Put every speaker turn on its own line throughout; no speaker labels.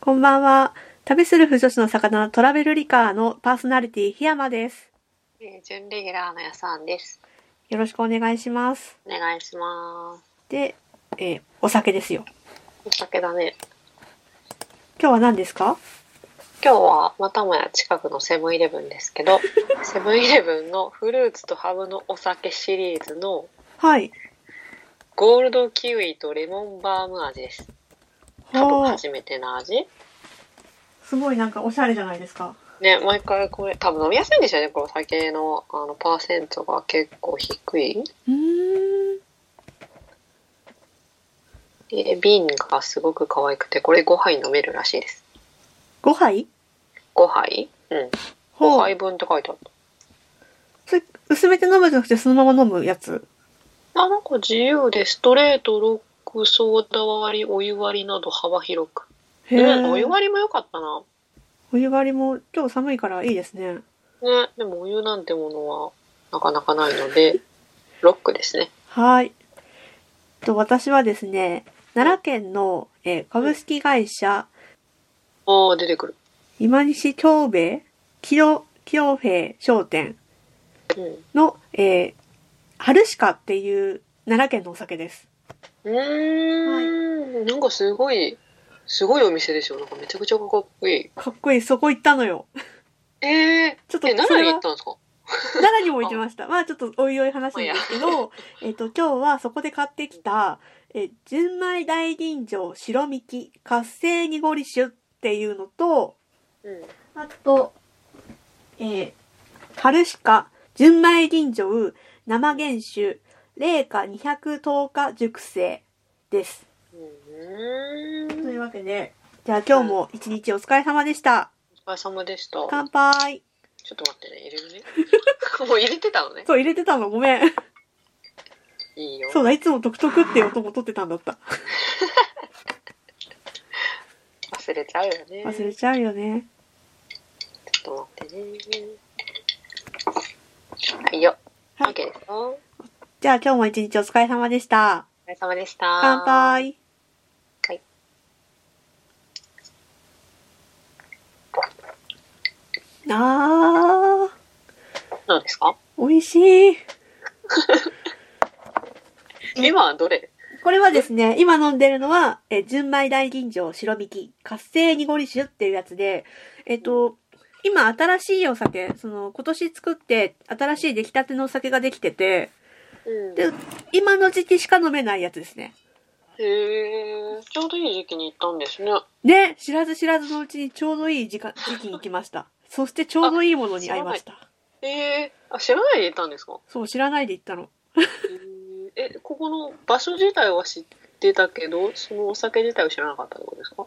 こんばんは。旅する不女子の魚トラベルリカーのパーソナリティ檜山です。
えー、準レギュラーのやさんです。
よろしくお願いします。
お願いします。
で、えーお酒ですよ。
お酒だね。
今日は何ですか？
今日はまたもや近くのセブンイレブンですけ ど、セブンイレブンのフルーツとハブのお酒シリーズの
はい。
ゴールドキウイとレモンバーム味です。多
ほう
分初めての味。
すごいなんかおしゃれじゃないですか。
ね、毎回これ、多分飲みやすいんでしょうね、この酒のあのパーセントが結構低い。
うーん。
で瓶がすごく可愛くて、これ5杯飲めるらしいです。
5杯？
5杯うん。5
ほう。
杯分って書いてあった。
それ薄めて飲むんじゃなくてそのまま飲むやつ。
あなんか自由でストレートロックソーダ割りお湯割りなど幅広く、
へ
うんお湯割りも良かったな
お湯割りも今日寒いからいいですね。
ねでもお湯なんてものはなかなかないのでロックですね
はい。と私はですね、奈良県の、えー株式会社
ああ出てくる
今西京兵衛清清兵衛商店
うん
の、えー、春鹿っていう奈良県のお酒です。
うーん、なんかすごいすごいお店でしょなんかめちゃくちゃかっこいい
かっこいい、そこ行ったのよ。
ええ
ちょっと
え
そ
奈良
れ
に
は
行ったんですか
奈良にも行きました。まあちょっとおいおい話すんですけど、えっと、今日はそこで買ってきた、えー、純米大吟醸白みき活性濁り酒っていうのと、
うん
あと、えー、春鹿、純米吟醸、生原酒、零下210日熟成です。と
うー
い
ん
うわけで、じゃあ今日も一日お疲れ様でした。
お疲れ様でしたちょっ
乾杯。
と待ってね入れるね もう入れてたのね
そう、入れてたのごめん。
いいよ
そうだ、いつもトクトクって音も取ってたんだった。
忘れちゃうよね
忘れちゃうよね。
ちょっと待ってね。はいよ。
はい
OK ですよ。
じゃあ今日も一日お疲れ様でした。
お疲れ様でした。
乾。杯。
はい。
あー、
どうですか
美味しい。うん
今はどれ
これはですね、今飲んでるのは、え、純米大吟醸白引き、活性濁り酒っていうやつで、えっと、今新しいお酒、その今年作って新しい出来たてのお酒ができてて、
うん
で今の時期しか飲めないやつですね。
へえ。ちょうどいい時期に行ったんですね。
ね、知らず知らずのうちにちょうどいい時間時期に行きました。そしてちょうどいいものに会いました。
ええ。あ、知らないで行ったんですか
そう、知らないで行ったの。
へええ、ここの場所自体は知ってたけど、そのお酒自体は知らなかったってことですか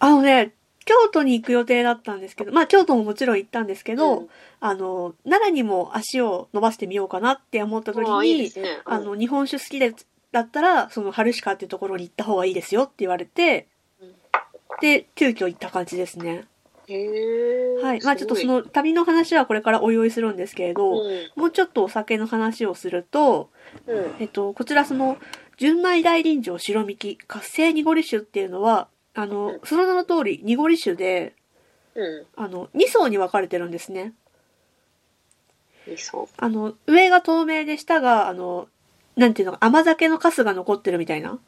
あのね、京都に行く予定だったんですけど、まあ京都ももちろん行ったんですけど、
うん
あの、奈良にも足を伸ばしてみようかなって思った時
ああ、いいで
に、
すね。
あ
うん
の、日本酒好きで、だったら、その、春鹿っていうところに行った方がいいですよって言われて
うん、
で、急遽行った感じですね。
へえ。
はい。まあちょっとそ
す
の旅の話はこれからおいおいするんですけれ
ご
ど、
い、
もうちょっとお酒の話をすると、
うん。うん。
えっと、こちらその、純米大吟醸白みき、活性濁り酒っていうのは、あの、その名の通り濁り酒で、
う
あの、2層に分かれてるんですね。
ん。いいそう。
あの、上が透明で下が、あの、なんていうのか、甘酒のカスが残ってるみたいな。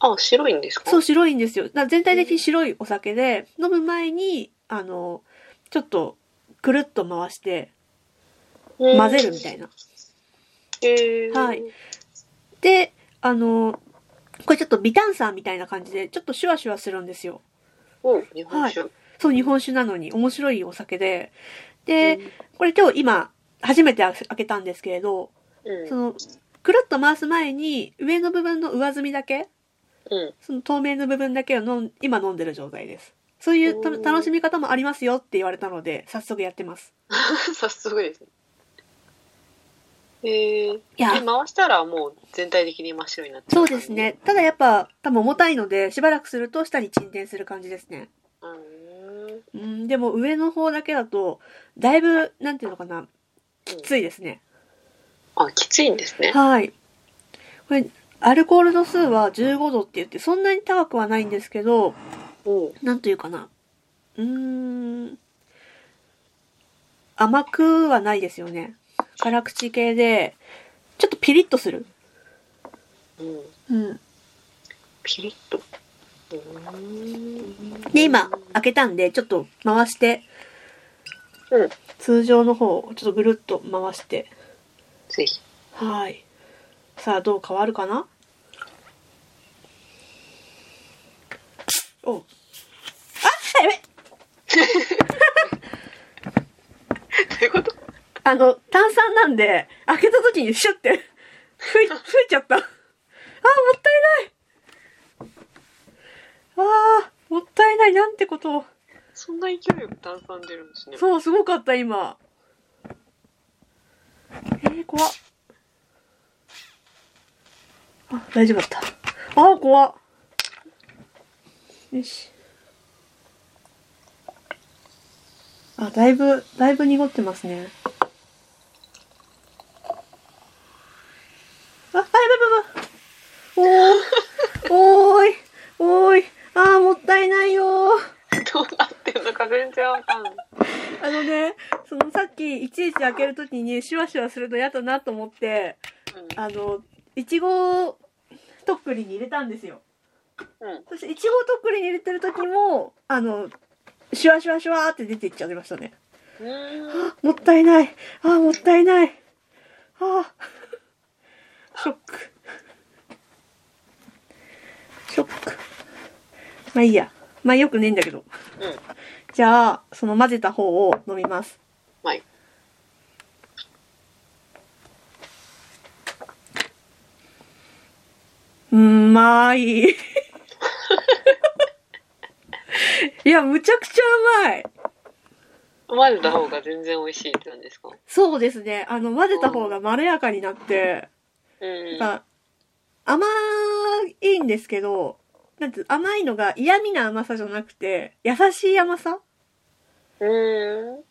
あ、白いんですか
そう、白いんですよ。だから全体的に白いお酒で、飲む前に、あの、ちょっと、くるっと回して、混ぜるみたいな。
へえ。
はいで、あの、これちょっと微炭酸みたいな感じで、ちょっとシュワシュワするんですよ。
お日本酒。
そう、日本酒なのに面白いお酒で。で、これ今日今、初めて開けたんですけれど、
うん、
その、くるっと回す前に、上の部分の上澄みだけ、
うん、
その透明の部分だけを飲ん今飲んでる状態です。そういうた
おー
楽しみ方もありますよって言われたので、早速やってます。
早速ですね。えー、
いや
え、回したらもう全体的に真っ白になって
そ
る
う
感
で
じ
す。ね。ただやっぱ、多分重たいので、しばらくすると下に沈殿する感じですね。
うーん。
うん、でも上の方だけだと、だいぶ、なんていうのかな、きついですね。
あ、きついんですね。
はい。これ、アルコール度数は15度って言って、そんなに高くはないんですけど、
うん。
なんというかな。うーん。甘くはないですよね。辛口系で、ちょっとピリッとする。
うん。
うん。
ピリッと。うーん
で、今、開けたんで、ちょっと回して、
うん。
通常の方をちょっとぐるっと回して。
ぜひ。
はい。さあ、どう変わるかなおうあやべ
どういうこと
あの、炭酸なんで、開けた時にシュッて、吹い、吹いちゃった。あー、もったいない。あー、もったいない。なんてことを。
そんな勢いよく炭酸出るんですね。
そう、すごかった、今。えー、怖っ。あ、大丈夫だった。あー、怖っ。よし。あ、だいぶ、だいぶ濁ってますね。あ、あ、やばいやばいやばい。おー、おーい、おーい。あー、もったいないよー。
どうなってんのか全然わかんない。
あのね、そのさっきいちいち開けるときにシュワシュワするの嫌だなと思って、あの、いちごをとっくりに入れたんですよ。
うん。うん。
そしていちごをとっくりに入れてるときも、あの、シュワシュワシュワーって出ていっちゃいましたね。
うーん。
もったいない。ああ、もったいない。ああ。 ショック。ショック。まあいいや。まあよくねえんだけど。
うん。
じゃあ、その混ぜた方を飲みます。
はい。
うま い。いや、むちゃくちゃうまい。
混ぜた方が全然美味しいってなんですか
そうですね。あの、混ぜた方がまろやかになって、
うん。
やっぱ甘いんですけど、なんていう甘いのが嫌味な甘さじゃなくて、優しい甘さ
うーん。 う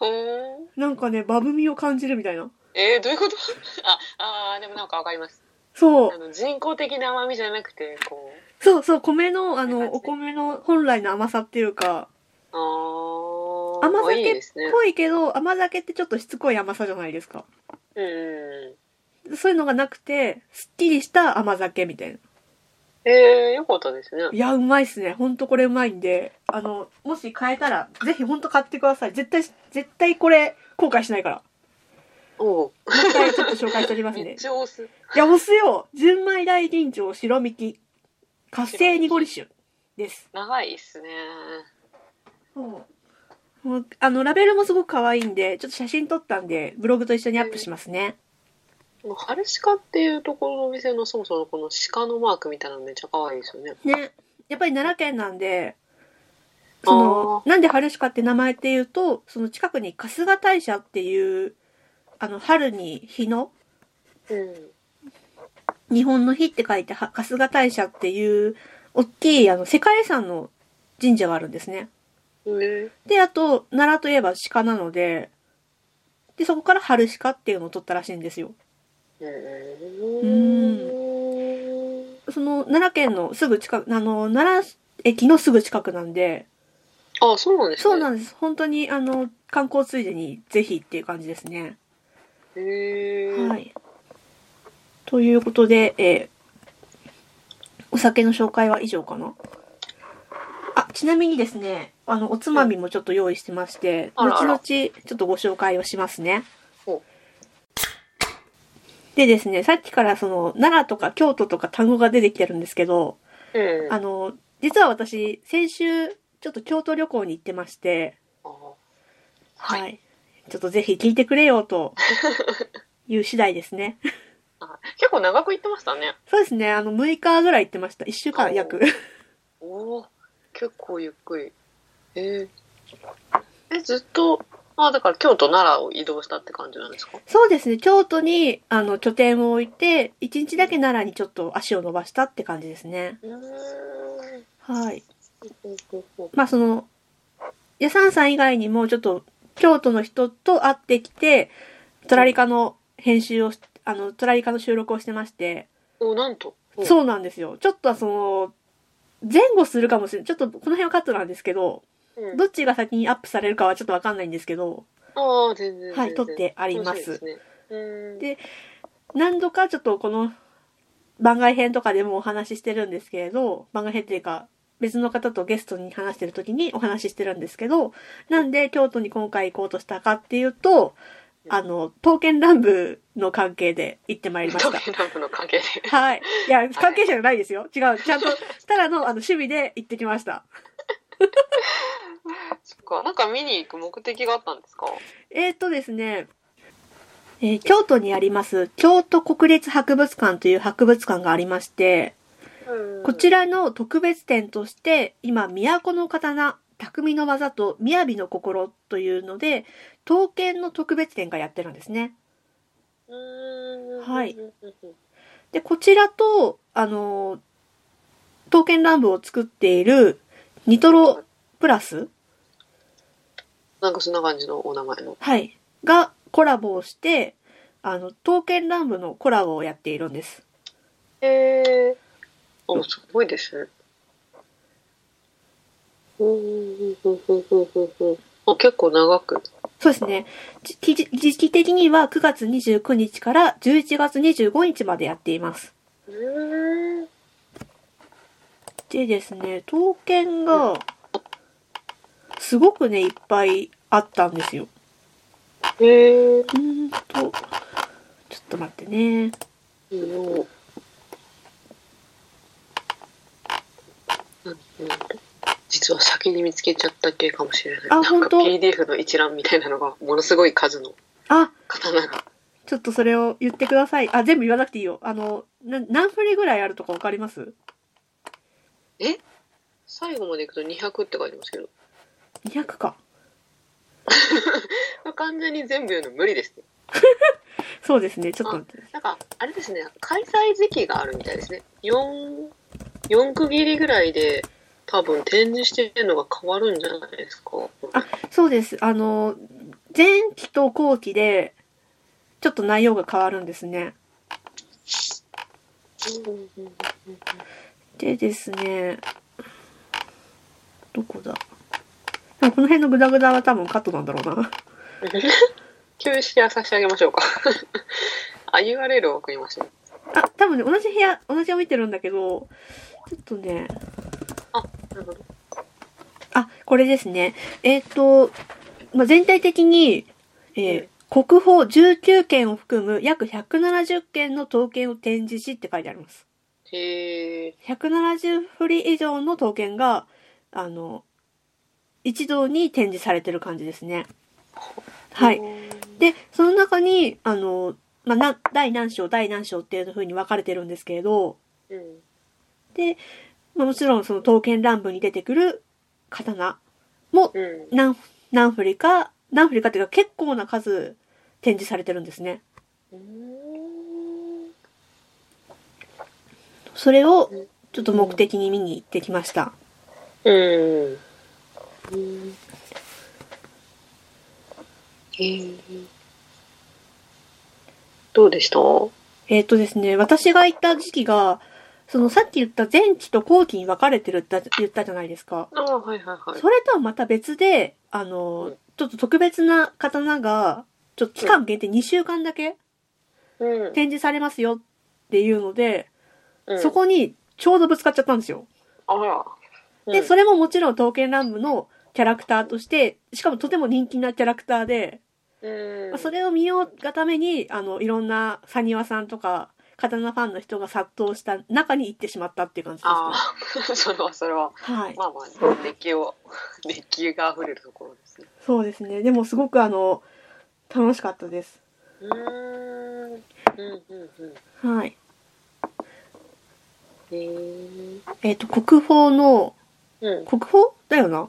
ーん。
なんかね、バブみを感じるみたいな。
えー、どういうこと あ、あーでもなんかわかります。
そう
あ。の、人工的な甘みじゃなくて、こ
そうそう、米の、あ
こんな
の、
感じ
お米の本来の甘さっていうか、
う、あー
甘
いい
酒っ
ですね。
ぽいけど、甘酒ってちょっとしつこい甘さじゃないですか。
うん。
そういうのがなくて、すっきりした甘酒みたいな。
えー、よかったですね。
いや、うまいっすね。ほんとこれうまいんで、あの、もし買えたら、ぜひほんと買ってください。絶対、絶対これ、後悔しないから。
おう
もう一回ちょっと紹介しております
めっ
ね。
ちゃ押す。
いや、押すよ純米大吟醸白みき、活性濁り酒です。
長いっすね。
そう。もうあの、ラベルもすごく可愛いんで、ちょっと写真撮ったんで、ブログと一緒にアップしますね。
この春鹿っていうところのお店のそもそもこの鹿のマークみたいなのめっちゃ可愛いですよね。
ね。やっぱり奈良県なんで、その、なんで春鹿って名前っていうと、その近くに春日大社っていう、あの、春に日の、
うん。
日本の日って書いて、は春日大社っていう、大きい、あの、世界遺産の神社があるんですね。
ね、
で、あと、奈良といえば鹿なので、で、そこから春鹿っていうのを取ったらしいんですよ。
う
ー
ん。
その、奈良県のすぐ近く、あの、奈良駅のすぐ近くなんで、
あ、そうなんですね。
そうなんです。本当に、あの、観光ついでにぜひっていう感じですね。
へー
はい。ということで、えーお酒の紹介は以上かなあ、ちなみにですね、あの、おつまみもちょっと用意してまして、
あらあ
後
ら
々ちょっとご紹介をしますね
ほう。
でですね、さっきからその、奈良とか京都とか単語が出てきてるんですけど、
うん。
あの、実は私、先週、ちょっと京都旅行に行ってまして、
はい
い。ちょっとぜひ聞いてくれよと、いう次第です ね。
あ結構長く行ってましたね。
そうですね。あの、6日ぐらい行ってました。1週間約。
おお、結構ゆっくり。ええ、ずっと、あ、だから京都奈良を移動したって感じなんですか。
そうですね。京都に、あの、拠点を置いて、1日だけ奈良にちょっと足を伸ばしたって感じですね。
うーん。
はい。
ほ
まあ、その、野山さん以外にも、ちょっと、京都の人と会ってきて、トラリカの編集をし、あの、トラリカの収録をしてまして、
お、なんと。
そうなんですよ。ちょっとはその、前後するかもしれない。ちょっとこの辺はカットなんですけど、
うん、
どっちが先にアップされるかはちょっとわかんないんですけど、
ああ、全然
はい
全然
撮ってあります
面白いですねうん
で何度かちょっとこの番外編とかでもお話ししてるんですけれど、番外編っていうか、別の方とゲストに話してる時にお話ししてるんですけど、なんで京都に今回行こうとしたかっていうと、あの、刀剣乱舞の関係で行ってまいりまし
ト
た。
ゲランプの関係で。
はい。いや、関係者じゃないですよ。違う。ちゃんと、ただの、あの、趣味で行ってきました。
そっか、なんか見に行く目的があったんですか。
えーっとですね、えー京都にあります、京都国立博物館という博物館がありまして、こちらの特別展として、今、都の刀、匠の技と雅の心というので、刀剣の特別展がやってるんですね。
うーん。
はい
うん。
で、こちらと、あのー、刀剣乱舞を作っている、ニトロプラス
なんかそんな感じのお名前の。
はい。がコラボをして、あの、刀剣乱舞のコラボをやっているんです。
へえ。お、すごいですね。うんうんうんうんうんうんあ、結構長く。
そうですね。じ期日時期的には9月29日から11月25日までやっています。
うーん。
でですね、刀剣が、すごくね、いっぱいあったんですよ。
へえ。
うーんと、ちょっと待ってね。
うんうん実は先に見つけちゃった系かもしれない。
あ
なん
本
か
当
PDF の一覧みたいなのがものすごい数の
あ、
刀が。
ちょっとそれを言ってください。あ、全部言わなくていいよ。あの、な何振りぐらいあるとかわかります
最後までいくと200って書いてますけど。
?200 か。
完全に全部言うの無理ですね。
そうですね、ちょっと待って。
なんか、あれですね、開催時期があるみたいですね。4、4区切りぐらいで、多分展示してるのが変わるんじゃないですか。
あそうです。あの、前期と後期で、ちょっと内容が変わるんですね。でですね、どこだでもこの辺のグダグダは多分カットなんだろうな。
休止は差し上げましょうか。 あ、URL を送りましょう。
あ、多分ね、同じ部屋、同じを見てるんだけど、ちょっとね、
なるほど。
あ、これですね。えっ、と、まあ、全体的に、えー国宝19件を含む約170件の刀剣を展示しって書いてあります。
へえ。
170振り以上の刀剣が、あの、一堂に展示されてる感じですね。はい。。で、その中に、あの、まあ、な、第何章、第何章っていう風に分かれてるんですけれど、
うん。
で、まあ、もちろんその刀剣乱舞に出てくる刀も
うん。
何、何振りか、何振りかっていうか結構な数展示されてるんですね。
うん
それを、ちょっと目的に見に行ってきました。
うん。うん。へえ。どうでした
えっ、とですね、私が行った時期が、そのさっき言った前期と後期に分かれてるって言ったじゃないですか。
ああ、はいはいはい。
それとはまた別で、あ
う
の
ん、
ちょっと特別な刀が、ちょっと期間限定2週間だけ
うん
展示されますよっていうので、
うん
そこにちょうどぶつかっちゃったんですよ。
あら。
で、それももちろん刀剣乱舞のキャラクターとして、しかもとても人気なキャラクターで、
れ
まあそれを見ようがために、あの、いろんなサニワさんとか、刀ファンの人が殺到した中に行ってしまったっていう感じですね。
ああ、 それはそれは。
はい。
まあまあ、熱気を、 熱気が溢れるところですね。
そうですね。でもすごくあの、楽しかったです。
うーん。うんうんうん。
はい。
へえ。
えっ、と、国宝の、
うん。
国宝だよな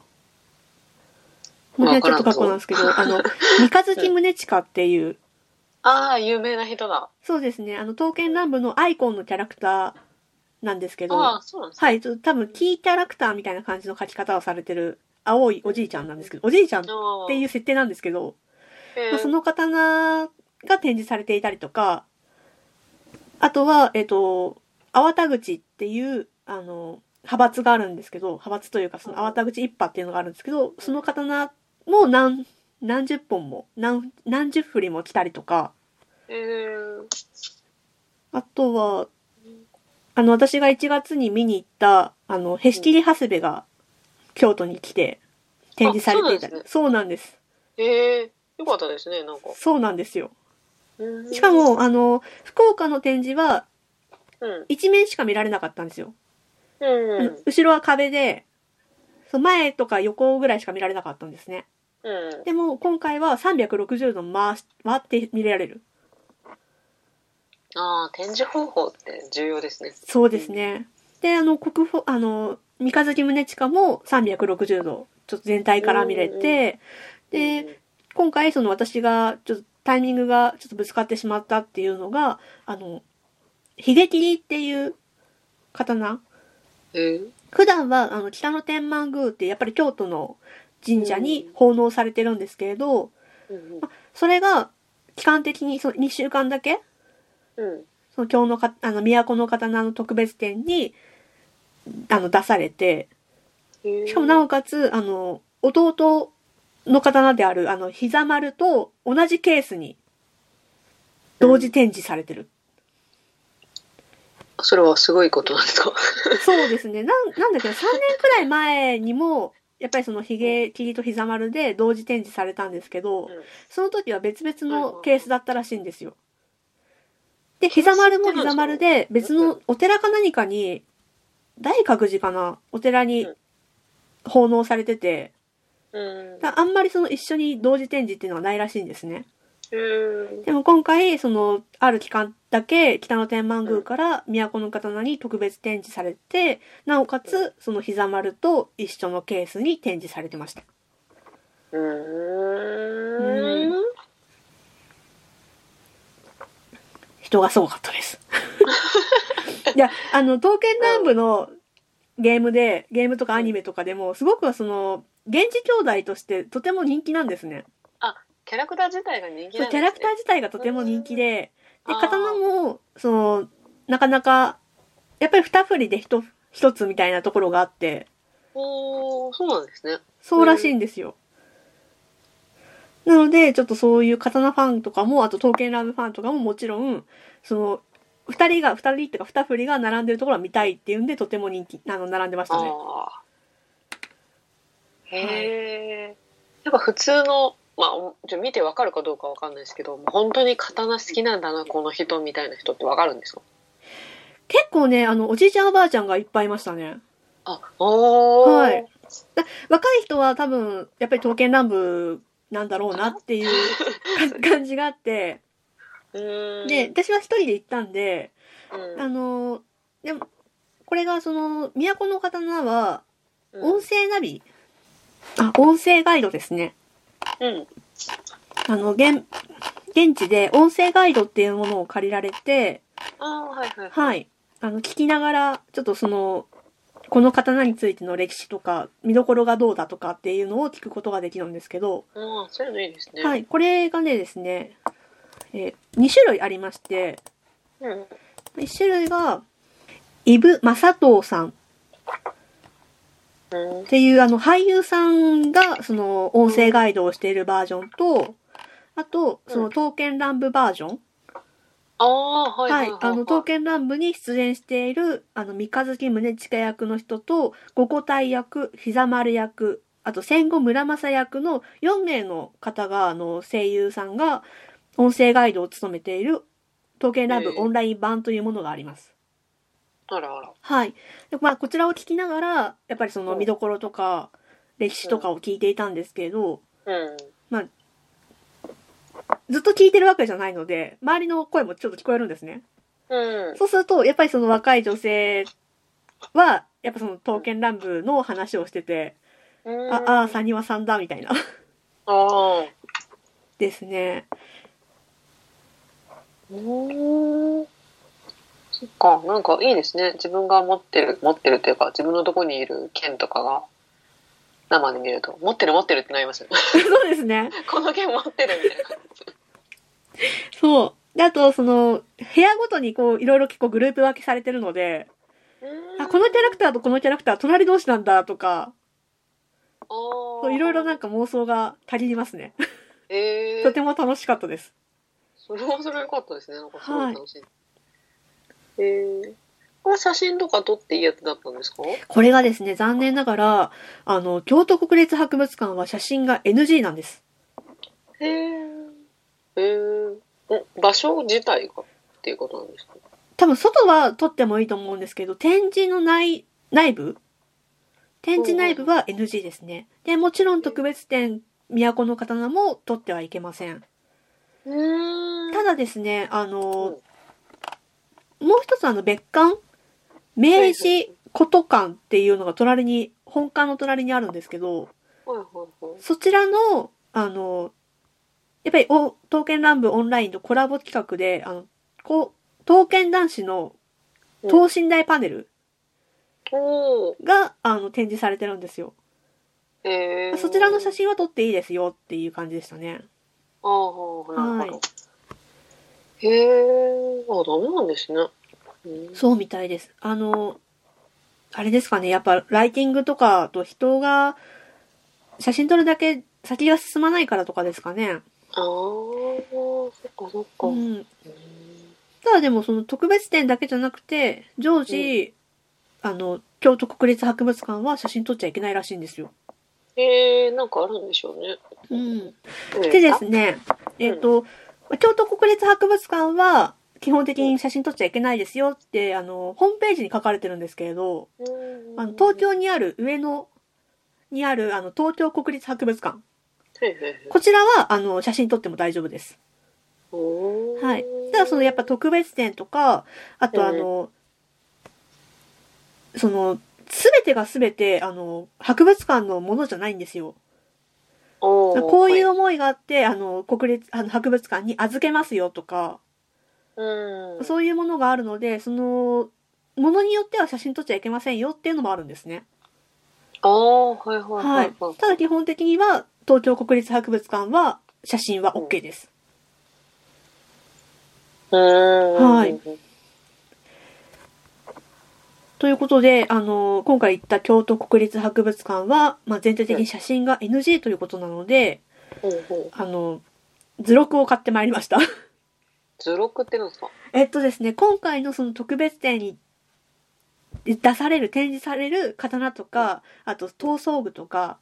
この辺ちょっと過去なんですけど、 あの、三日月宗近っていう、
ああ、有名な人だ。
そうですね、あの、刀剣乱舞のアイコンのキャラクターなんですけど、
ああ、そうなんですか。
はい、ちょっと多分キーキャラクターみたいな感じの書き方をされてる青いおじいちゃんなんですけど、おじいちゃんっ
って、
いうう設定なんですけど、
へ
まあ
ー
その刀が展示されていたりとか、あとは、えっ、と、粟田口っていう、あの、派閥があるんですけど、派閥というか、その、粟田口一派っていうのがあるんですけど、その刀も何、何十本も、何、何十振りも来たりとか、
えー、
あとは、あの、私が1月に見に行った、あの、へしきり長谷部が京都に来て展示されていたり
あ。
そうなんです。
えー、よかったですね、なんか。
そうなんですよ。
うん
しか、も、あの、福岡の展示は
うん、
一面しか見られなかったんですよ。
うん、
うん後ろは壁で、そう前とか横ぐらいしか見られなかったんですね。
うん、
でも、今回は360度回し、回って見られる。
ああ、展示方法って重要ですね。
そうですね。で、あの、国宝、あの、三日月宗近も360度、ちょっと全体から見れて、で、今回その私がちょっとタイミングがちょっとぶつかってしまったっていうのがあの秀切っていう刀
うん、えー、
普段はあの北の天満宮ってやっぱり京都の神社に奉納されてるんですけれど
うん、
それが期間的にその2週間だけ
うん、
その京のかあの都の刀の特別展にあの出されて
えー
しかもなおかつあの弟の刀であるあの膝丸と同じケースに同時展示されてる。
それはすごいことなんですか
そうですね。なん、なんだけど、3年くらい前にも、やっぱりそのヒゲ切りと膝丸で同時展示されたんですけど、その時は別々のケースだったらしいんですよ。で、膝丸も膝丸で、別のお寺か何かに、大覚寺かなお寺に奉納されてて、
うん。
だあんまりその一緒に同時展示っていうのはないらしいんですね。
うん。
でも今回、その、ある期間だけ、北の天満宮から都の刀に特別展示されて、なおかつ、その膝丸と一緒のケースに展示されてました。
うん。
人がすごかった です。いや、あの、刀剣乱舞のゲームで、ゲームとかアニメとかでも、すごくその、源氏兄弟としてとても人気なんですね。
キャラクター自体が人気
そ
な
うんキ
ですね
ャラクター自体がとても人気で、で、
あー
刀も、その、なかなか、やっぱり二振りで一、一つみたいなところがあって、
おー、そうなんですね。
そうらしいんですよ。なので、ちょっとそういう刀ファンとかも、あと刀剣ラブファンとかももちろん、その、二人が、二人っていうか二振りが並んでるところは見たいっていうんで、とても人気、あの、並んでましたね。
ああ。へえ。やっぱ普通の、まあお、ちょ見てわかるかどうかわかんないですけど、もう本当に刀好きなんだな、この人みたいな人ってわかるんですか
結構ね、あの、おじいちゃんおばあちゃんがいっぱいいましたね。
あ、おー。
はい。若い人は多分、やっぱり刀剣乱舞なんだろうなって いう感じがあって、
うーん。
で、、私は一人で行ったんで、
うん、
あの、でも、これがその、都の刀は、
うん
音声ナビ、あ、音声ガイドですね。
うん。
あの、現、現地で音声ガイドっていうものを借りられて、
あー、はいはい。
はい。あの、聞きながら、ちょっとその、この刀についての歴史とか、見どころがどうだとかっていうのを聞くことができるんですけど、
ああ、そういうのいいですね。
はい。これがねですね、えー、2種類ありまして、
うん。
1種類が、イブ・マサトウさん
うん
っていうあの俳優さんがその音声ガイドをしているバージョンと、あと、その刀剣乱舞バージョン。
ああ、はいは
はいい
はい。。
あの、刀剣乱舞に出演している、あの、三日月宗近役の人と、五個体役、膝丸役、あと戦後村正役の4名の方が、あの、声優さんが音声ガイドを務めている、刀剣乱舞
へえ
オンライン版というものがあります。
あらあら。
はい。でまあ、こちらを聞きながら、やっぱりその見どころとか、歴史とかを聞いていたんですけど、
うん。
ずっと聞いてるわけじゃないので、周りの声もちょっと聞こえるんですね。
うん。
そうすると、やっぱりその若い女性は、やっぱその刀剣乱舞の話をしてて、
うん
あ、ああ、サニワさんだ、みたいな。
ああ。
です ね。
うん。そっか、なんかいいですね。自分が持ってる、持ってるっていうか、自分のとこにいる剣とかが、生で見ると、持ってる持ってるってなりますよ ね。
そうですね。
この剣持ってるみたいな。
そう。で、あと、その、部屋ごとにこう、いろいろ結構グループ分けされてるので、あ、このキャラクターとこのキャラクター隣同士なんだとか、
そ
そういろいろなん
か、
か妄想が足りますね。
えー、
とても楽しかったです。
それはそれは良かったですね。なんかすごい楽しい。えー、これ写真とか撮っていいやつだったんですか
これがですね、残念ながら、あの、京都国立博物館は写真が NG なんです。
へーえー、ん場所自体がっていうことなんですか
多分外は撮ってもいいと思うんですけど、展示の内、内部展示内部は NG ですね。で、もちろん特別展、都の刀も撮ってはいけません。
うーん
ただですね、あの
う、
もう一つあの別館、明治琴館っていうのが隣に、本館の隣にあるんですけど、
はいはいはい。
そちらの、あの、やっぱりお、刀剣乱舞オンラインのコラボ企画で、あの、こう、刀剣男子の等身大パネル
おー
が、あの、展示されてるんですよ。
えー、
そちらの写真は撮っていいですよっていう感じでしたね。
ああ、な
は
るほど。へえ、あ、ダメなんですね。うん
そうみたいです。あの、あれですかね、やっぱライティングとかと人が写真撮るだけ先が進まないからとかですかね。
ああ、そっかそっか。
う
うん
ん。ただでもその特別展だけじゃなくて、常時、あの、京都国立博物館は写真撮っちゃいけないらしいんですよ。
へえ、なんかあるんでしょうね。
うん。
ええ
でですね、えっ、と、まあ京都国立博物館は基本的に写真撮っちゃいけないですよって、あの、ホームページに書かれてるんですけれど、
うん
あの東京にある上野にあるあの東京国立博物館
へいへいへい
こちらはあの写真撮っても大丈夫です。
おー
はい。ただそのやっぱ特別展とかあとあの、その全てが全てあの博物館のものじゃないんですよ。
おー
こういう
は
思いがあってあの国立あの博物館に預けますよとか、
うん
そういうものがあるのでそのものによっては写真撮っちゃいけませんよっていうのもあるんですね。
ああはいはいは
はいい
は。い
ただ基本的には、東京国立博物館は、写真は OK です。
うーん
はいということで、あの、今回行った京都国立博物館は、まあ、全体的に写真が NG ということなので、
ほうほう
あの、図録を買ってまいりました。
図録ってなんですか
えっとですね、今回のその特別展に出される、展示される刀とか、あと刀装具とか、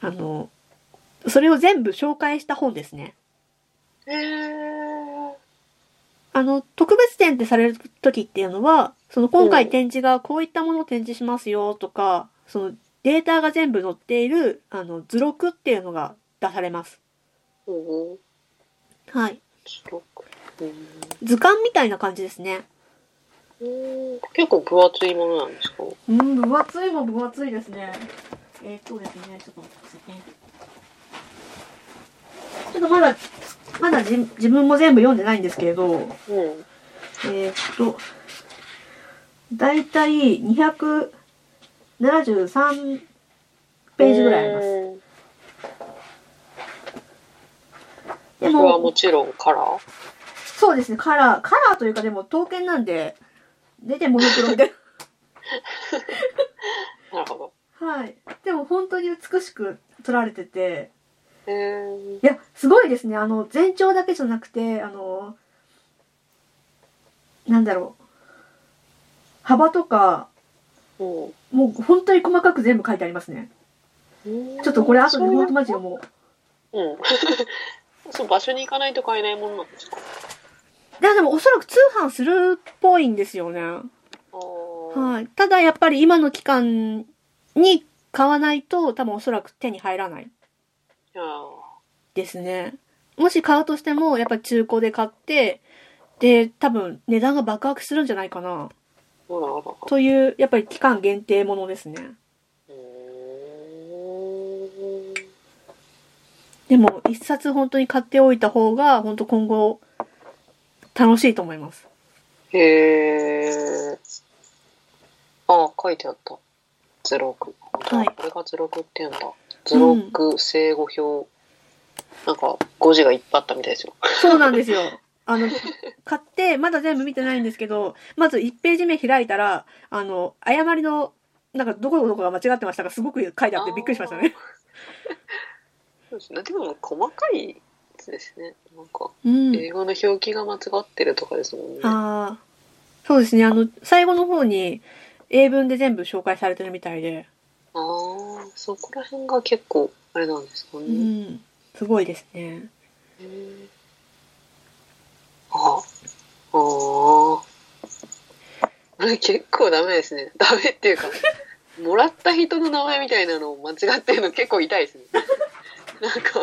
あの、それを全部紹介した本ですね。
へえ
あの、特別展ってされる時っていうのは、その今回展示がこういったものを展示しますよとか、そのデータが全部載っている、あの、図録っていうのが出されます。
ほうほう
はい。
図録うん
図鑑みたいな感じですね。
うん結構分厚いものなんですか
うん、分厚いも分厚いですね。えーっとですね、ちょっと待ってくださいね。ちょっとまだ、まだじ自分も全部読んでないんですけれど、
うん
えーっと、だいたい273ページぐらいあります。
うん
で
これはも
も、
ちろんカラー
そうですね、カラー、カラーというかでも、刀剣なんで、出てモノクロみ たい
なるほど
な。はい。でも本当に美しく撮られてて、
へえ
いや、すごいですね。あの、全長だけじゃなくて、あの、なんだろう。幅とか、
うん
もう本当に細かく全部書いてありますね。
ち
ちょっとこれ後でフォートマジ読もう。
うん。 そう、場所に行かないと買えないものなんですか
いやでもおそらく通販するっぽいんですよね。
は
はい。ただやっぱり今の期間に買わないと多分おそらく手に入らない
い。あ
ですね。もし買うとしてもやっぱり中古で買って、で多分値段が爆上がりするんじゃないかな。
あ、なるほど。
というやっぱり期間限定ものですね。
うーん
でも一冊本当に買っておいた方が本当今後楽しいと思います。
へえ。ああ、書いてあった。図録。
はい
これが図録って言うんだ。図録、正語表。なんか、語字がいっぱいあったみたいですよ。
そうなんですよ。あの、買って、まだ全部見てないんですけど、まず1ページ目開いたら、あの、誤りの、なんかどこどこが間違ってましたが、すごく書いてあってびっくりしましたね。
そうですね。でも細かいやつですね。なんか
うん。
英語の表記が間違ってるとかですもんね。
ああ。そうですね。あの、最後の方に英文で全部紹介されてるみたいで、
ああ、そこら辺が結構あれなんですか
う
ね。
ん。すごいですね。
へーあ、あーあれ結構ダメですね。ダメっていう か、もらった人の名前みたいなのを間違ってるの結構痛いですね。なんか、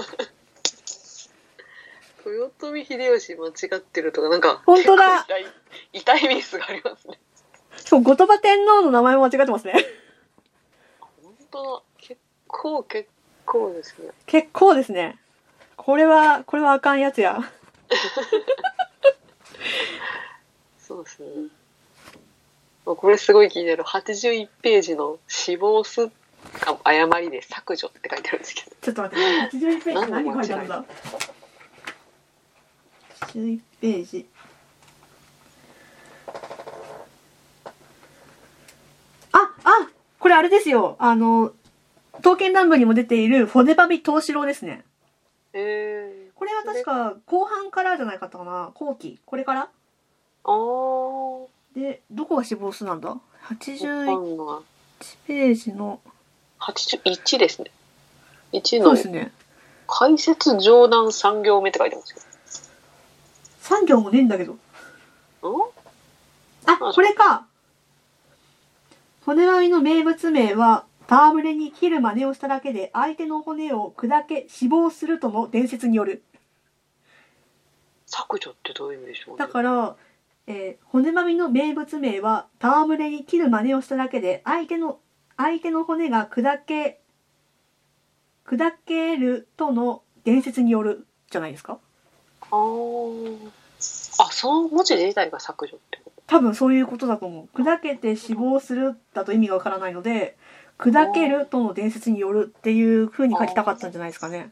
豊臣秀吉間違ってるとか、なんか、
本当だ
結構痛い、痛いミスがありますね。
しかも、後鳥羽天皇の名前も間違ってますね。
本当だ。結構、結構ですね。
結構ですね。これは、これはあかんやつや。
そうですね。あこれすごい気になる。81ページの死亡すか誤りで削除って書いてあるんですけど。
ちょっと待って、81ページ何書いてあるんだ ?81 ページ。あ、あ、これあれですよ。あの、刀剣乱舞にも出ているフォデバビ藤四郎ですね。
え
これは確か後半からじゃないかったかな。後期。これから
ー、あー。
で、どこが死亡数なんだ ?81
本が
ページの。
81ですね。1
そう
の
ですね。
解説上段3行目って書いてますけ
3行もねえんだけど。
ど。ん
あ、これか。骨割りの名物名は、ターブレに切る真似をしただけで相手の骨を砕け死亡するとの伝説による。
削除ってどういう意味でしょうね
だ。から、えー骨まみの名物名は、ターブレに切る真似をしただけで相手の、相手の骨が砕け、砕けるとの伝説によるじゃないですか
あー。あ、その文字自体が削除ってこと。
多分そういうことだと思う。砕けて死亡するだと意味がわからないので、砕けるとの伝説によるっていう風に書きたかったんじゃないですかね。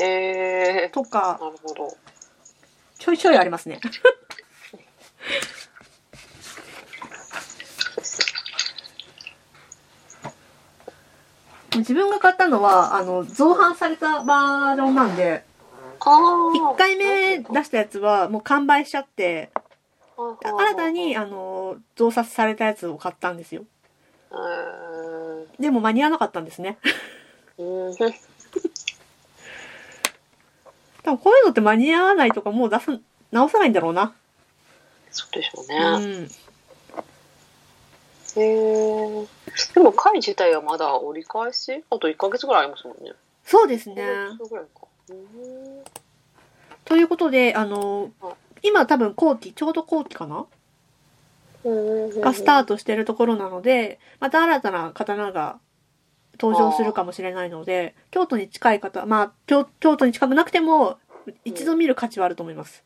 え
と
ー、
か、
なるほど。
ちょいちょいありますね。自分が買ったのは、あの、造反されたバージョンなんで、
あー。
1回目出したやつはもう完売しちゃって、新
新
たに、あの、増刷されたやつを買ったんですよ。
うーん
でも間に合わなかったんですね。
うん
多分こういうのって間に合わないとかもう出す、直さないんだろうな。
そうでしょう
う
ね。
ん。
へえ。でも回自体はまだ折り返しあと1ヶ月ぐらいありますもんね。
そうですね。
1ヶ月ぐらいか。うん
ということで、あの、今多分後期、ちょうど後期かながスタートしてるところなので、また新たな刀が登場するかもしれないので、京都に近い方、まあ、京京都に近くなくても、一度見る価値はあると思います。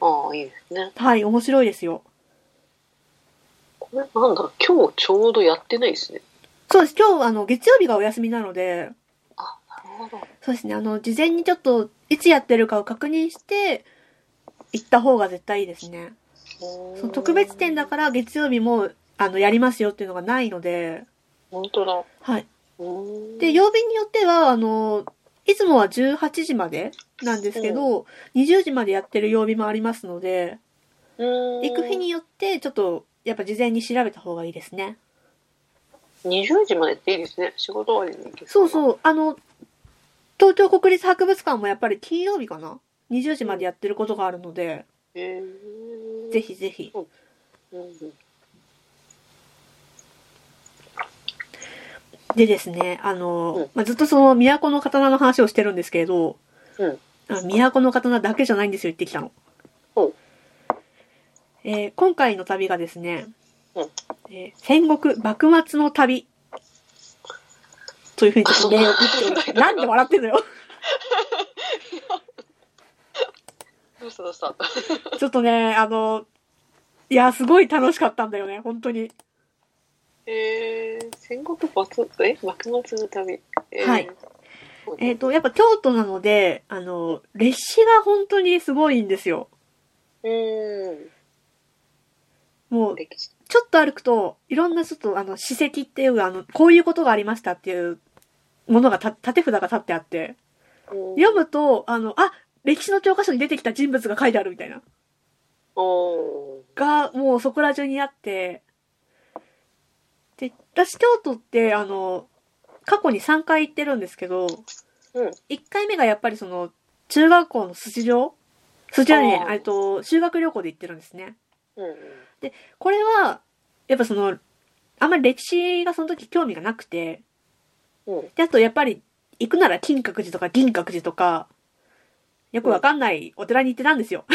ああ、いいですね。
はい、面白いですよ。
これなんだ、今日ちょうどやってないですね。
そうです。今日、あの、月曜日がお休みなので、
あ、なるほど。
そうですね、あの、事前にちょっと、いつやってるかを確認して、行った方が絶対いいですね。その特別展だ
ら。
から月曜日も、あの、やりますよっていうのがないので、
本当だ。
はい。
うん
で、曜日によっては、あの、いつもは18時までなんですけど、20時までやってる曜日もありますので、
うん
行く日によって、ちょっと、やっぱ事前に調べた方がいいですね。
20時までっていいですね。仕事終わりに行け
そう
う
そう、あの、東京国立博物館もやっぱり金曜日かな ?20 時までやってることがあるので、
な。へえ。
ぜひぜひ。
うんうん。
でですね、あの、
うん
まあ、ずっとその、都の刀の話をしてるんですけれど、
うん
あ都の刀だけじゃないんですよ、行ってきたの。
ほう
えー今回の旅がですね、
うん
えー戦国幕末の旅。というふうにちょっと 例を
そんな
打って、なんで笑ってんのよ。
どうしたどうした
ちょっとね、あの、いや、すごい楽しかったんだよね、本当に。
えー、戦国末え幕末の旅。えー
はい。えっ、と、やっぱ京都なので、あの、歴史が本当にすごいんですよ。
うん。
もう、
歴史。
ちょっと歩くと、いろんなちょっと、あの、史跡っていう、あの、こういうことがありましたっていうものがた、縦札が立ってあって、読むと、あの、あ、歴史の教科書に出てきた人物が書いてあるみたいな。
おー
が、もうそこら中にあって、で、私、京都って、あの、過去に3回行ってるんですけど、
うん
1回目がやっぱりその、中学校の出場出場ね
あ、ー
えっと、修学旅行で行ってるんですね。
うんうん
これは、やっぱその、あんまり歴史がその時興味がなくて、
うん
で、あとやっぱり、行くなら金閣寺とか銀閣寺とか、よくわかんないお寺に行ってたんですよ。。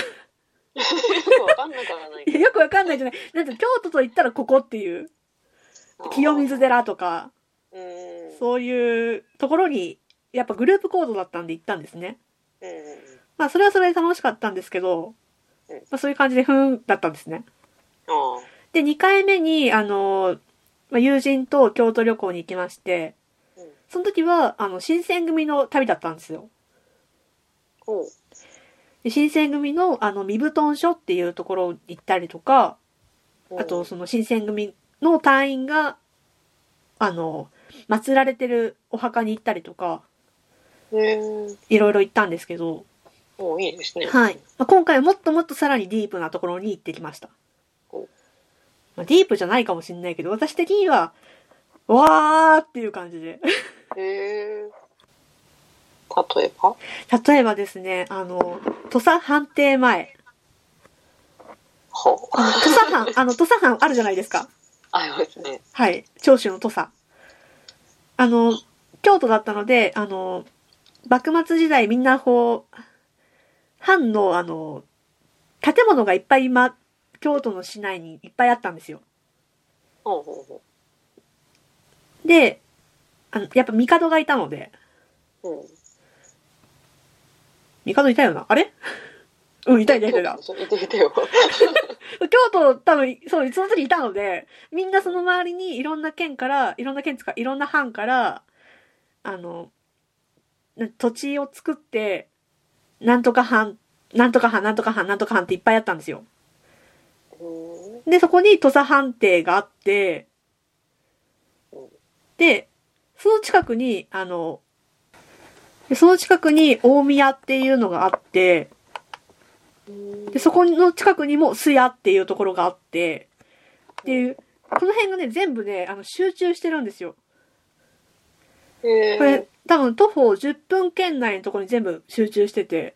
よくわかんなくはない
よくわかんないじゃない。なんか京都と言ったらここっていう、 清水寺とか、
うん。
そういうところに、やっぱグループ行動だったんで行ったんですね。
うん
まあそれはそれで楽しかったんですけど
うん、
まあそういう感じでふーんだったんですね。
ああ。
で、2回目に、あの、まあ友人と京都旅行に行きまして、
うん
その時は、あの、新選組の旅だったんですよ。
おう
で新選組の、あの、身布団所っていうところ行ったりとか、あと、その新選組の隊員が、あの、祀られてるお墓に行ったりとか、
うん。
いろいろ行ったんですけど、
おういいですね。
はい。まあ、今回はもっともっとさらにディープなところに行ってきました
お。
まあ、ディープじゃないかもしれないけど、私的には、わーっていう感じで。
へえ。例えば
例えばですね、あの、土佐判定前。
ほう。
あの、土佐藩、あの、土佐藩あるじゃないですか。
あ、そうですね。
はい。長州の土佐。あの、京都だったので、あの、幕末時代みんなこう、藩の、あの、建物がいっぱい今、京都の市内にいっぱいあったんですよ。
ほうほうほ
で、あの、やっぱ帝がいたので、
う。うん。
帝いたよなあれ うん、いたいたいたいた。
そう言ってみてよ。
京都多分、そう、その時いたので、みんなその周りにいろんな県から、いろんな県つか、いろんな藩から、あの、な土地を作って、なんとか藩、なんとか藩、なんとか藩、なんとか藩っていっぱいあったんですよ。
うん。
で、そこに土佐藩邸があって
うん、
で、その近くに、あの、でその近くに大宮っていうのがあって、で、そこの近くにもスヤっていうところがあって、っていう、この辺がね、全部ね、あの、集中してるんですよ。
へー、
これ、多分徒歩10分圏内のところに全部集中してて、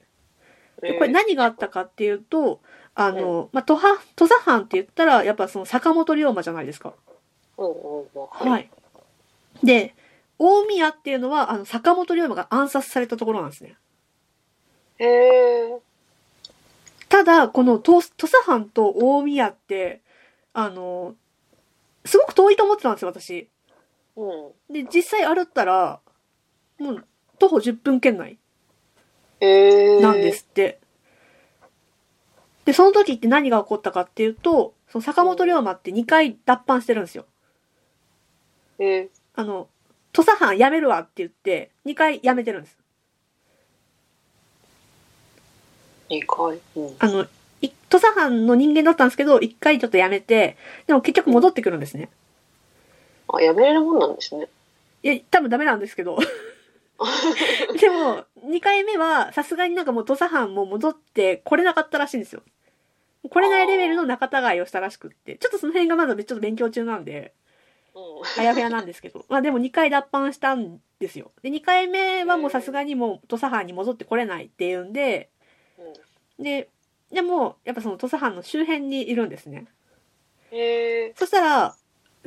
でこれ
な
何があったかっていうと、あの、まあ、土佐、土佐藩って言ったら、やっぱその坂本龍馬じゃないですか。
ほうほうほう。。
はいい。で、大宮っていうのは、あの、坂本龍馬が暗殺されたところなんですね。
へえ。
ただ、このと土佐藩と大宮って、あの、すごく遠いと思ってたんですよ、私。
うん。
で、実際歩ったら、もう、徒歩10分圏内
へえ。
なんで。すって。で、その時って何が起こったかっていうと、その坂本龍馬って2回脱藩してるんですよ。
へえ。
あの、土佐藩辞めるわって言って、2回辞めてるんです。
二回。うん。
あの、い土佐藩の人間だったんですけど、1回ちょっと辞めて、でも結局戻ってくるんですね。
あ、やめれるもんなんですね。
いや、多分ダメなんですけど。でも、2回目は、さすがになんかもう土佐藩も戻って来れなかったらしいんですよ。来れないレベルの仲違いをしたらしくって。ちょっとその辺がまだちょっと勉強中なんで、
うん。
あやふやなんですけど。まあでも2回脱藩したんですよ。で、2回目はもうさすがにもう土佐藩に戻って来れないっていうんで、
うん
で、でも、やっぱその土佐藩の周辺にいるんですね。
へえ。
そしたら、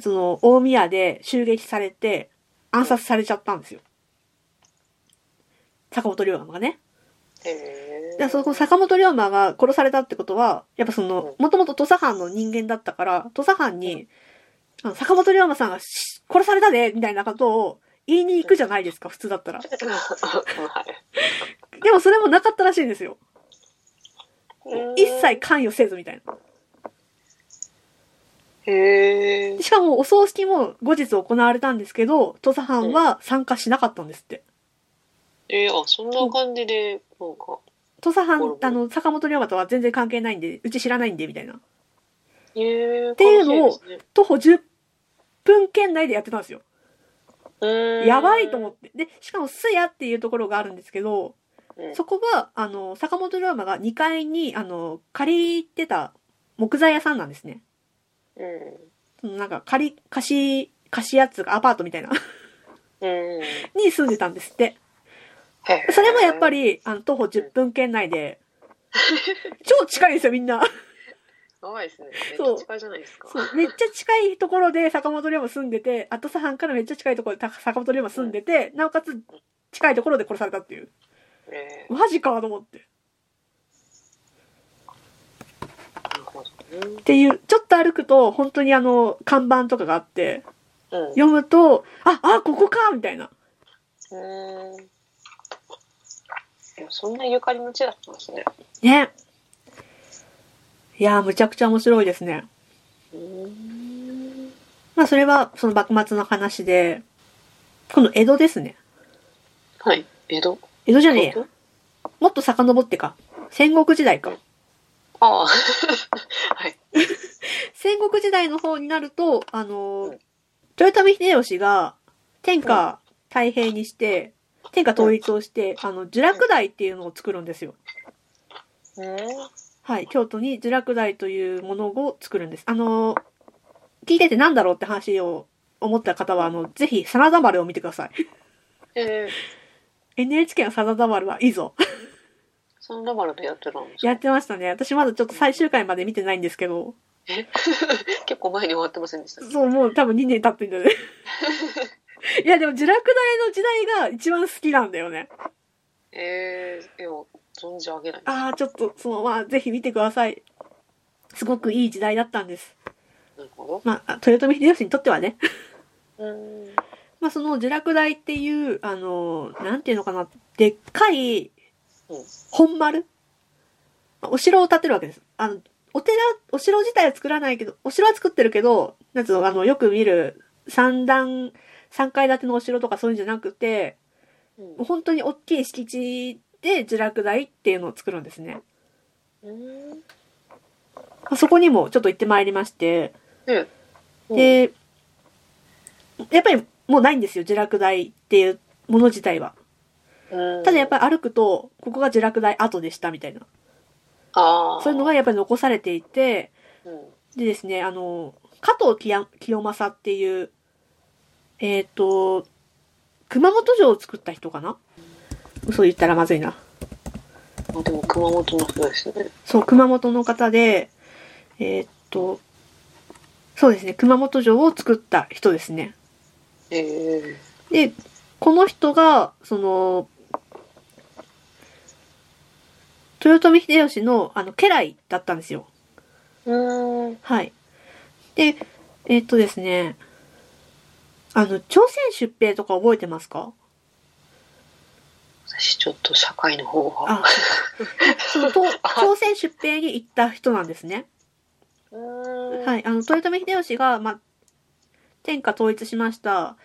その、大宮で襲撃されて、暗殺されちゃったんですよ。坂本龍馬がね。
へえ。
で、その 坂本龍馬が殺されたってことは、やっぱその、もともと土佐藩の人間だったから、土佐藩に、あの坂本龍馬さんがし殺されたで、みたいなことを言いに行くじゃないですか、普通だったら。
はい。
でもそれもなかったらしいんですよ。
うん
一切関与せずみたいな。
へえ
で。しかも、お葬式も後日行われたんですけど、土佐藩は参加しなかったんですって。
えー、あ、そんな感じで、なんか、
土佐
ボロ
藩
ボ、ロ
あの、坂本龍馬とは全然関係ないんで、うち知らないんで、みたいな。
えー、って
いうのを
う
徒歩10分圏内でやってたんですよ。
ーん
やばいと思って。で、しかも、すやっていうところがあるんですけど、
うん
そこが、あの、坂本龍馬が2階に、あの、借りてた木材屋さんなんですね。
うん
そのなんか、借り、貸し、貸しやつがアパートみたいな、
うん
に住んでたんですって。
へー
それもやっぱり、あの、徒歩10分圏内 で、超近いんですよ、みんな。
やばいですね
そう
めっちゃ近いじゃないですか
そうめっちゃ近いところで坂本龍馬住んでて、後佐藩からめっちゃ近いところで坂本龍馬住んでて、なおかつ近いところで殺されたっていう。
え
マジかと思って。
ー、なるほどね
っていう、ちょっと歩くと、本当にあの、看板とかがあって、
うん
読むと、あ、あ、ここかみたいな。
うーんでもそんなゆかりの地だったんですね。
ね。いやー、むちゃくちゃ面白いですね。
うーん。
まあ、それは、その幕末の話で、この江戸ですね。
はい。江戸。
江戸じゃねえ
江
や
戸。
もっと遡ってか。戦国時代か。
ああ。 はい。
戦国時代の方になると、あのー
うん
豊臣秀吉が天下太平にして、天下統一をして、あの、呪落台っていうのを作るんですよ。
うーん。
はい。京都に呪落台というものを作るんです。あのー聞いててなんだろうって話を思った方は、あの、ぜひ、真田丸を見てください。
えー、
NHK の真田丸はいいぞ。
そんなまるでやってたんです
や
か
ってましたね。私まだちょっと最終回まで見てないんですけど、
え結構前に終わってませんでした。
そう、もう多分2年経ってんだ よね。いや、でも、呪落台の時代が一番好きなんだよね。
えー、いや、存じ上げない。
ああ、ちょっと、その、まあ、ぜひ見てください。すごくいい時代だったんです。
なるほ
まあ、豊臣秀吉にとってはね。
ど。うーん。
まあ、その呪落台っていう、あの、なんていうのかな、でっかい
うん、
本丸、まあお城を建てるわけです。あの、お寺、お城自体は作らないけど、お城は作ってるけど、なんつうの、あの、よく見る三段、三階建てのお城とかそういうんじゃなくて、
うん
もう本当に大きい敷地で呪落台っていうのを作るんですね。
うーん。
まあそこにもちょっと行ってまいりまして、
で、
で、やっぱりもうないんですよ、呪落台っていうもの自体は。
うん、
ただやっぱ
り、
り歩くと、ここが呪落台後でしたみたいな。
ああ。
そういうのがやっぱり残されていて、
うん。
でですね、あの、加藤清清正っていう、えっ、と、熊本城を作った人かな嘘言ったらまずいな。
あでも、熊本の人ですね。
そう、熊本の方で、えっ、と、そうですね、熊本城を作った人ですね。
えー、
で、この人が、その、豊臣秀吉の、あの、家来だったんですよ。
うーん。
はい。で、えっとですね、あの、朝鮮出兵とか覚えてますか
私、ちょっと社会の方が。
あ、その、と朝鮮出兵に行った人なんですね。
うーん。
はい。あの、豊臣秀吉が、まあ、天下統一しました。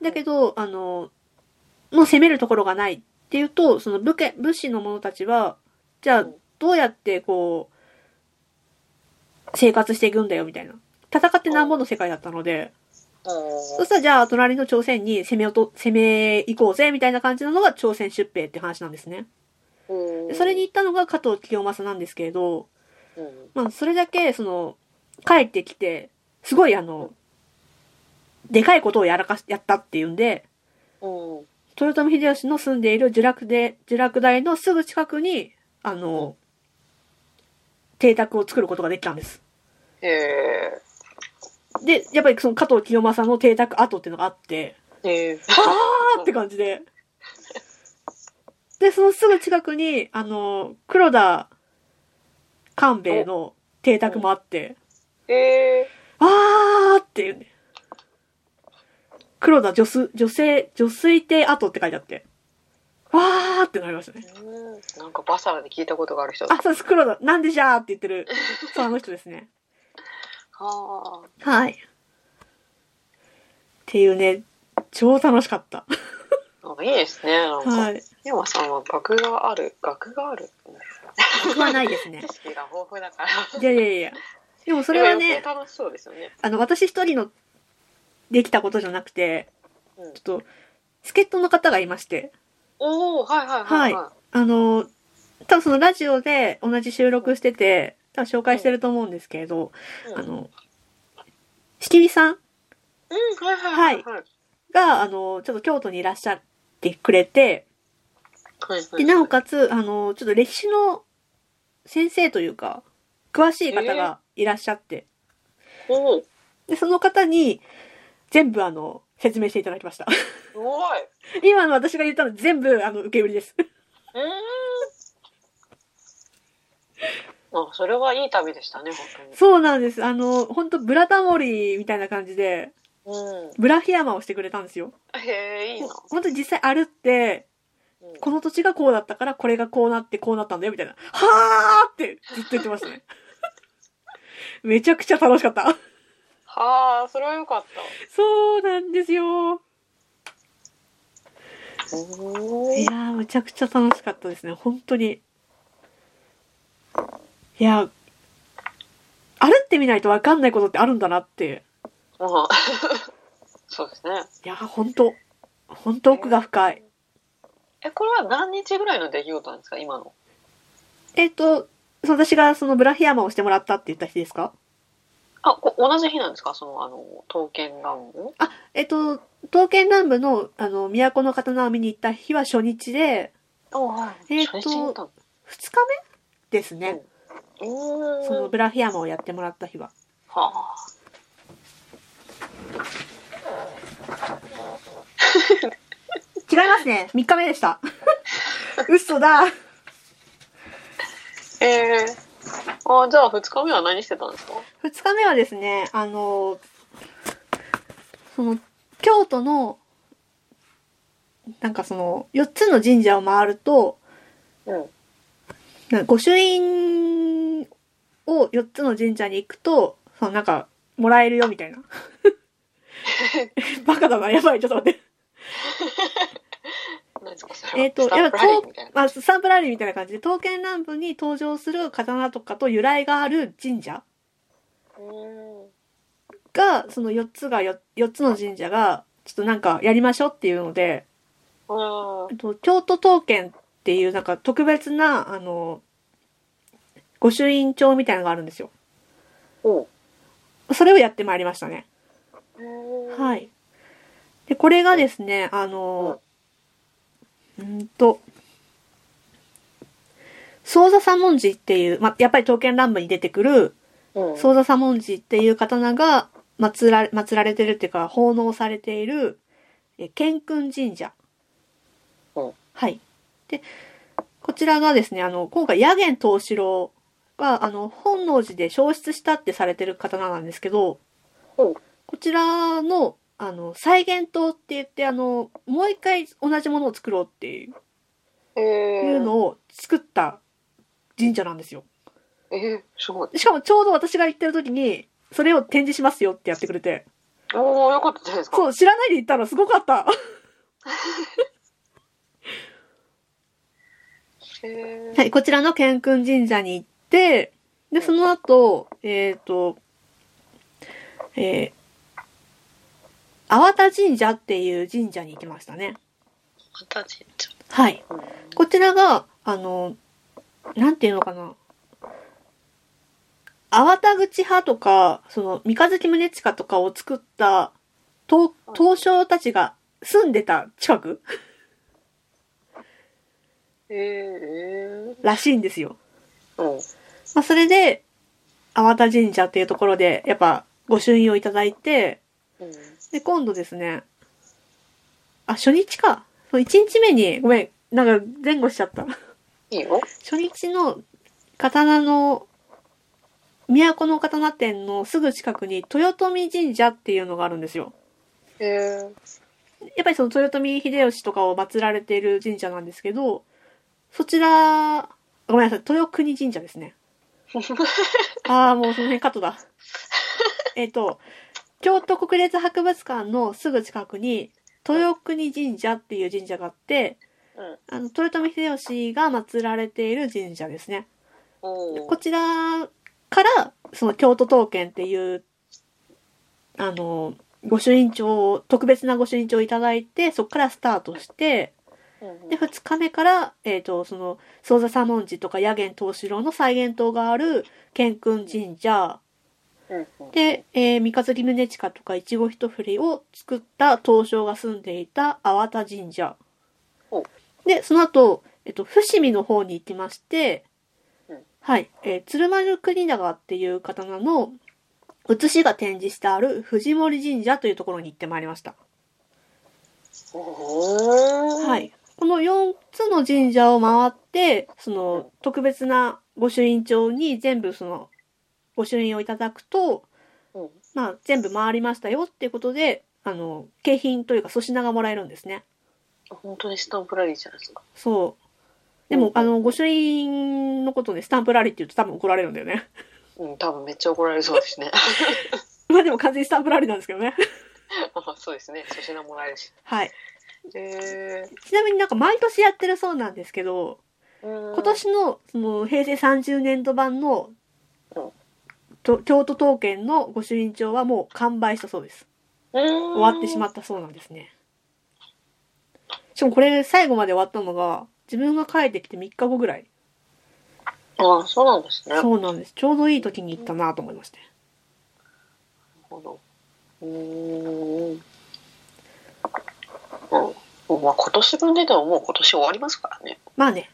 だけど、あの、もう攻めるところがないっていうと、その武家、武士の者たちは、じゃあ
うん、
どうやってこう、生活していくんだよ、みたいな。戦ってなんぼの世界だったので、そしたらじゃあ、隣の朝鮮に攻めをと、攻め行こうぜ、みたいな感じなのが朝鮮出兵って話なんですね。
うん
でそれに、行ったのが加藤清正なんですけれど、
うん
まあ、それだけ、その、帰ってきて、すごいあの、でかいことをやらかし、やったっていうんで、
うん、
豊臣秀吉の住んでいる呪落で、呪落台のすぐ近くに、あの、邸宅を作ることができたんです。
え
で、やっぱりその加藤清正の邸宅跡っていうのがあって、
ー、えー、
あーって感じで。で、そのすぐ近くに、あの、黒田官兵衛の邸宅もあって、
え
あーっていうね。黒田女す女性、女水亭跡って書いてあって。わーってなりましたね。
ー、うんなんかバサラで聞いたことがある人だ。
あ、そうです、黒田、なんでじゃーって言ってる。そう、あの人ですね。
はあ、
はい。っていうね、超楽しかった。
ああいいですね。なんか、
はい。
山さんは学がある、学がある。
僕はないですね
知。識が豊富だから。
いやいやいや。でもそれは
でも余
ね
計、楽しそうですよね。
あの、私一人のできたことじゃなくて、
うん
ちょっと、助っ人の方がいまして、
おお、はいはいはい、は
あの、多分そのラジオで同じ収録してて、多分紹介してると思うんですけれど、
い。
あ
うん、
の、しきりさん
うんはいはいはいはい。
が、あの、ちょっと京都にいらっしゃってくれて、
はいはい
で、なおかつ、あの、ちょっと歴史の先生というか、詳しい方がいらっしゃって、
おお、す
で、その方に、全部あの、説明していただきました。
ごい。
今の私が言ったの全部、あの、受け売りです。
うーん。あ、それはいい旅でしたね、
そうなんです。あの、本当ブラタモリみたいな感じで、
本当に。
ブラヒヤマをしてくれたんですよ。
うん。へえ、いいな。
本当に実際歩って、
うん
この土地がこうだったから、これがこうなって、こうなったんだよ、みたいな。はーってずっと言ってましたね。 めちゃくちゃ楽しかった。
はあ、それは良かった。
そうなんですよ。いやー、めちゃくちゃ楽しかったですね。本当に。いやー、歩ってみないとわかんないことってあるんだなって。
まあ、 そうですね。
いやー、本当本当奥が深い。
え、これは何日ぐらいの出来事なんですか、今の。
えっ、と、そう私がそのブラヒヤマをしてもらったって言った日ですか
あ、こ同じ日なんですか、その、あの、刀剣乱舞。
あ、えっ、と、刀剣乱舞の、あの、都の刀を見に行った日は初日で、
あ、はい
えーと
初日に行ったの。
二日目ですね。
う
その
ーん。
ブラヒヤマをやってもらった日は。
はあ。
違いますね。3日目で した。嘘だ。
えー、あ、じゃあ二日目は何してたんですか。
2日目はですね、あの、その、京都の、なんかその、4つの神社を回ると、
うん。
なんか御朱印を4つの神社に行くと、そのなんか、もらえるよみたい な。バカだな、やばい、ちょっと待っ て。
何ですか、それは。
えっ、と、
スタ
や
ン
っぱ
プラリ
こ
ーみたいな
う、。まあ、スタンプラリーみたいな感じで、刀剣乱舞に登場する刀とかと由来がある神社
うーん。
が、その4つがよ、4つの神社が、ちょっとなんかやりましょうっていうので、
うん
えっと京都刀剣っていうなんか特別な、あの、御朱印帳みたいなのがあるんですよ。
おう。。
それをやってまいりましたね。はいい。で、これがですね、あの、うーんと、宗座左文字っていう、ま、やっぱり刀剣乱舞に出てくる、
うん。
宗座左文字っていう刀が祀られ、祀られてるっていうか、奉納されている、え剣君神社。
うん
はい。で、こちらがですね、あの、今回、野源藤四郎が、あの、本能寺で消失したってされてる刀なんですけど、
うん
こちらの、あの、再現刀って言って、あの、もう一回同じものを作ろうっていう
えー、
いうのを作った神社なんですよ。
えー、すごい。
しかもちょうど私が行ってる時に、それを展示しますよってやってくれて。
おお、よかったじゃないですか。
そう、知らないで行ったらすごかった。
え
はい、こちらの健君神社に行って、で、その後、えっ、と、えー、粟田神社っていう神社に行きましたね。
たちっちゃ
はい。
う。
こちらが、あの、なんていうのかな。粟田口派とか、その、三日月宗近とかを作った、東、東商たちが住んでた近く
えー、え
らしいんですよ。
ー、うん。
まあ、それで、粟田神社っていうところで、やっぱ、御朱印をいただいて、
うん
で、今度ですね、あ、初日か。そう、1日目に、ごめん、なんか前後しちゃった。
いいよ。
初日の刀の、都の刀店のすぐ近くに豊臣神社っていうのがあるんですよ。
え
や
ー、
っぱりその豊臣秀吉とかを祀られている神社なんですけど、そちら、ごめんなさい、豊国神社ですね。ああ、もうその辺カットだ。えっと、京都国立博物館のすぐ近くに、豊国神社っていう神社があって、
うん。
あの、豊臣秀吉が祀られている神社ですね。
お
こ
ー
ちらから、その京都東県っていう、あの、ご朱印帳を、特別なご朱印帳をいただいて、そこからスタートして、
うん
で、二日目から、えっ、と、その、宗座左文字とか野源東四郎の再現塔がある、健君神社、
うんうん
で、えー、三日月宗近とか一期一振を作った東将が住んでいた阿波田神社
お。
で、その後、えっと、伏見の方に行きまして
うん、
はい、えー、鶴丸国長っていう刀の写しが展示してある藤森神社というところに行ってまいりました。
おー
はい。この4つの神社を回って、そ
うん
の、特別な御朱印帳に全部その、御朱印をいただくと、
うん
まあ、全部回りましたよっていうことで、あの、景品というか粗品がもらえるんですね。
本当にスタンプラリーじゃないですか。
そう。でも、
うん
あの、御朱印のことね、スタンプラリーって言うと多分怒られるんだよね。
うん、多分めっちゃ怒られそうですね。
まあでも完全にスタンプラリーなんですけどね。
あそうですね。粗品もらえるし。
はい。
えー、
ちなみになんか毎年やってるそうなんですけど、
今
今年の、その、平成30年度版の
うん、
と京都東県の御朱印帳はもう完売したそうです。終わってしま
っ
ったそうなんですね。しかもこれ最後まで終わったのが、自分が帰ってきて3日後ぐらい。
た。ああ、そうなんですね。なる
そうなんです。ちょうどいい時に行ったなと思いまして。
ほど。うーん。うんまあ、今年分ででももう今年終わりますからね。
まあね。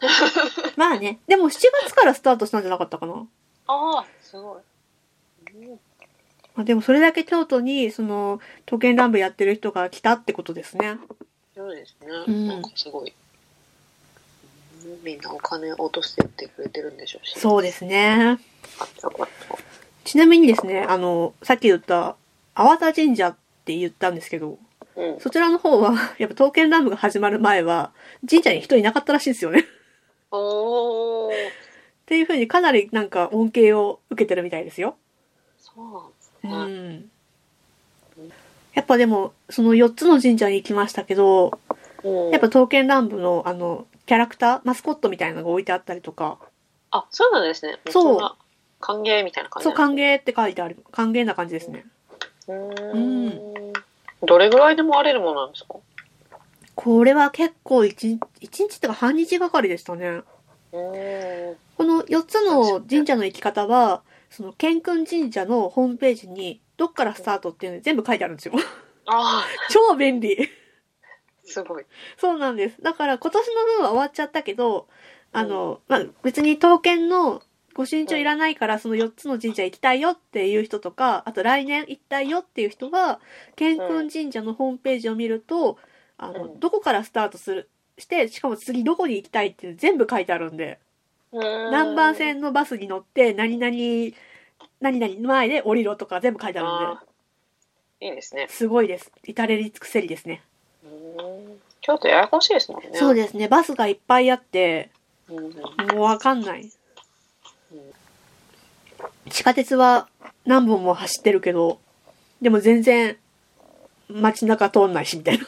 まあね。でも7月からスタートしたんじゃなかったかな。
ああ、すごい。うん
まあ、でもそれだけ京都に、その、刀剣乱舞やってる人が来たってことですね。
そうですね。
うん
なんかすごい。うんみんなお金落としてってくれてるんでしょうし。
そうですね。
よかった。
ちなみにですね、あの、さっき言った、阿波田神社って言ったんですけど、
うん。
そちらの方は、 やっぱ刀剣乱舞が始まる前は、神社に人いなかったらしいんですよね。っ
おー。
ていう風にかなりなんか恩恵を受けてるみたいですよ。
そうなんです
う
ね。
ん。やっぱでも、その4つの神社に行きましたけど、
うん
やっぱ刀剣乱舞のあの、キャラクター、マスコットみたいなのが置いてあったりとか、
あ、そうなんですね。
そうん
な歓迎みたいな感じ
そう、
な
歓
ん
迎って書いてある、歓迎な感じですね。
ですねうーん。どれぐらいでも荒れるものなんですか
これは結構一日、一日とか半日がかりでしたね。
うーん。
この4つの神社の行き方は、その、ケン君神社のホームページに、どっからスタートっていうの全部書いてあるんですよ。
ああ、
超便利。
すごい。
そうなんです。だから今年の分は終わっちゃったけど、あの、まあ、別に刀剣のご身長いらないからその4つの神社行きたいよっていう人とか、あと来年行きたいよっていう人は、健君神社のホームページを見ると、あ
う
の、
ん
どこからスタートする、して、しかも次どこに行きたいっていう全部書いてあるんで、
何
何番線のバスに乗って、何々、何々の前で降りろとか全部書いてあるん
あーいいですね
で、。すごいです。至れり尽くせりですね。
うーんちょっとややこしいですもんね。
そうですね。バスがいっぱいあって、
うん
もうわかんない。地下鉄は何本も走ってるけど、でも全然街中通んないしみたいな。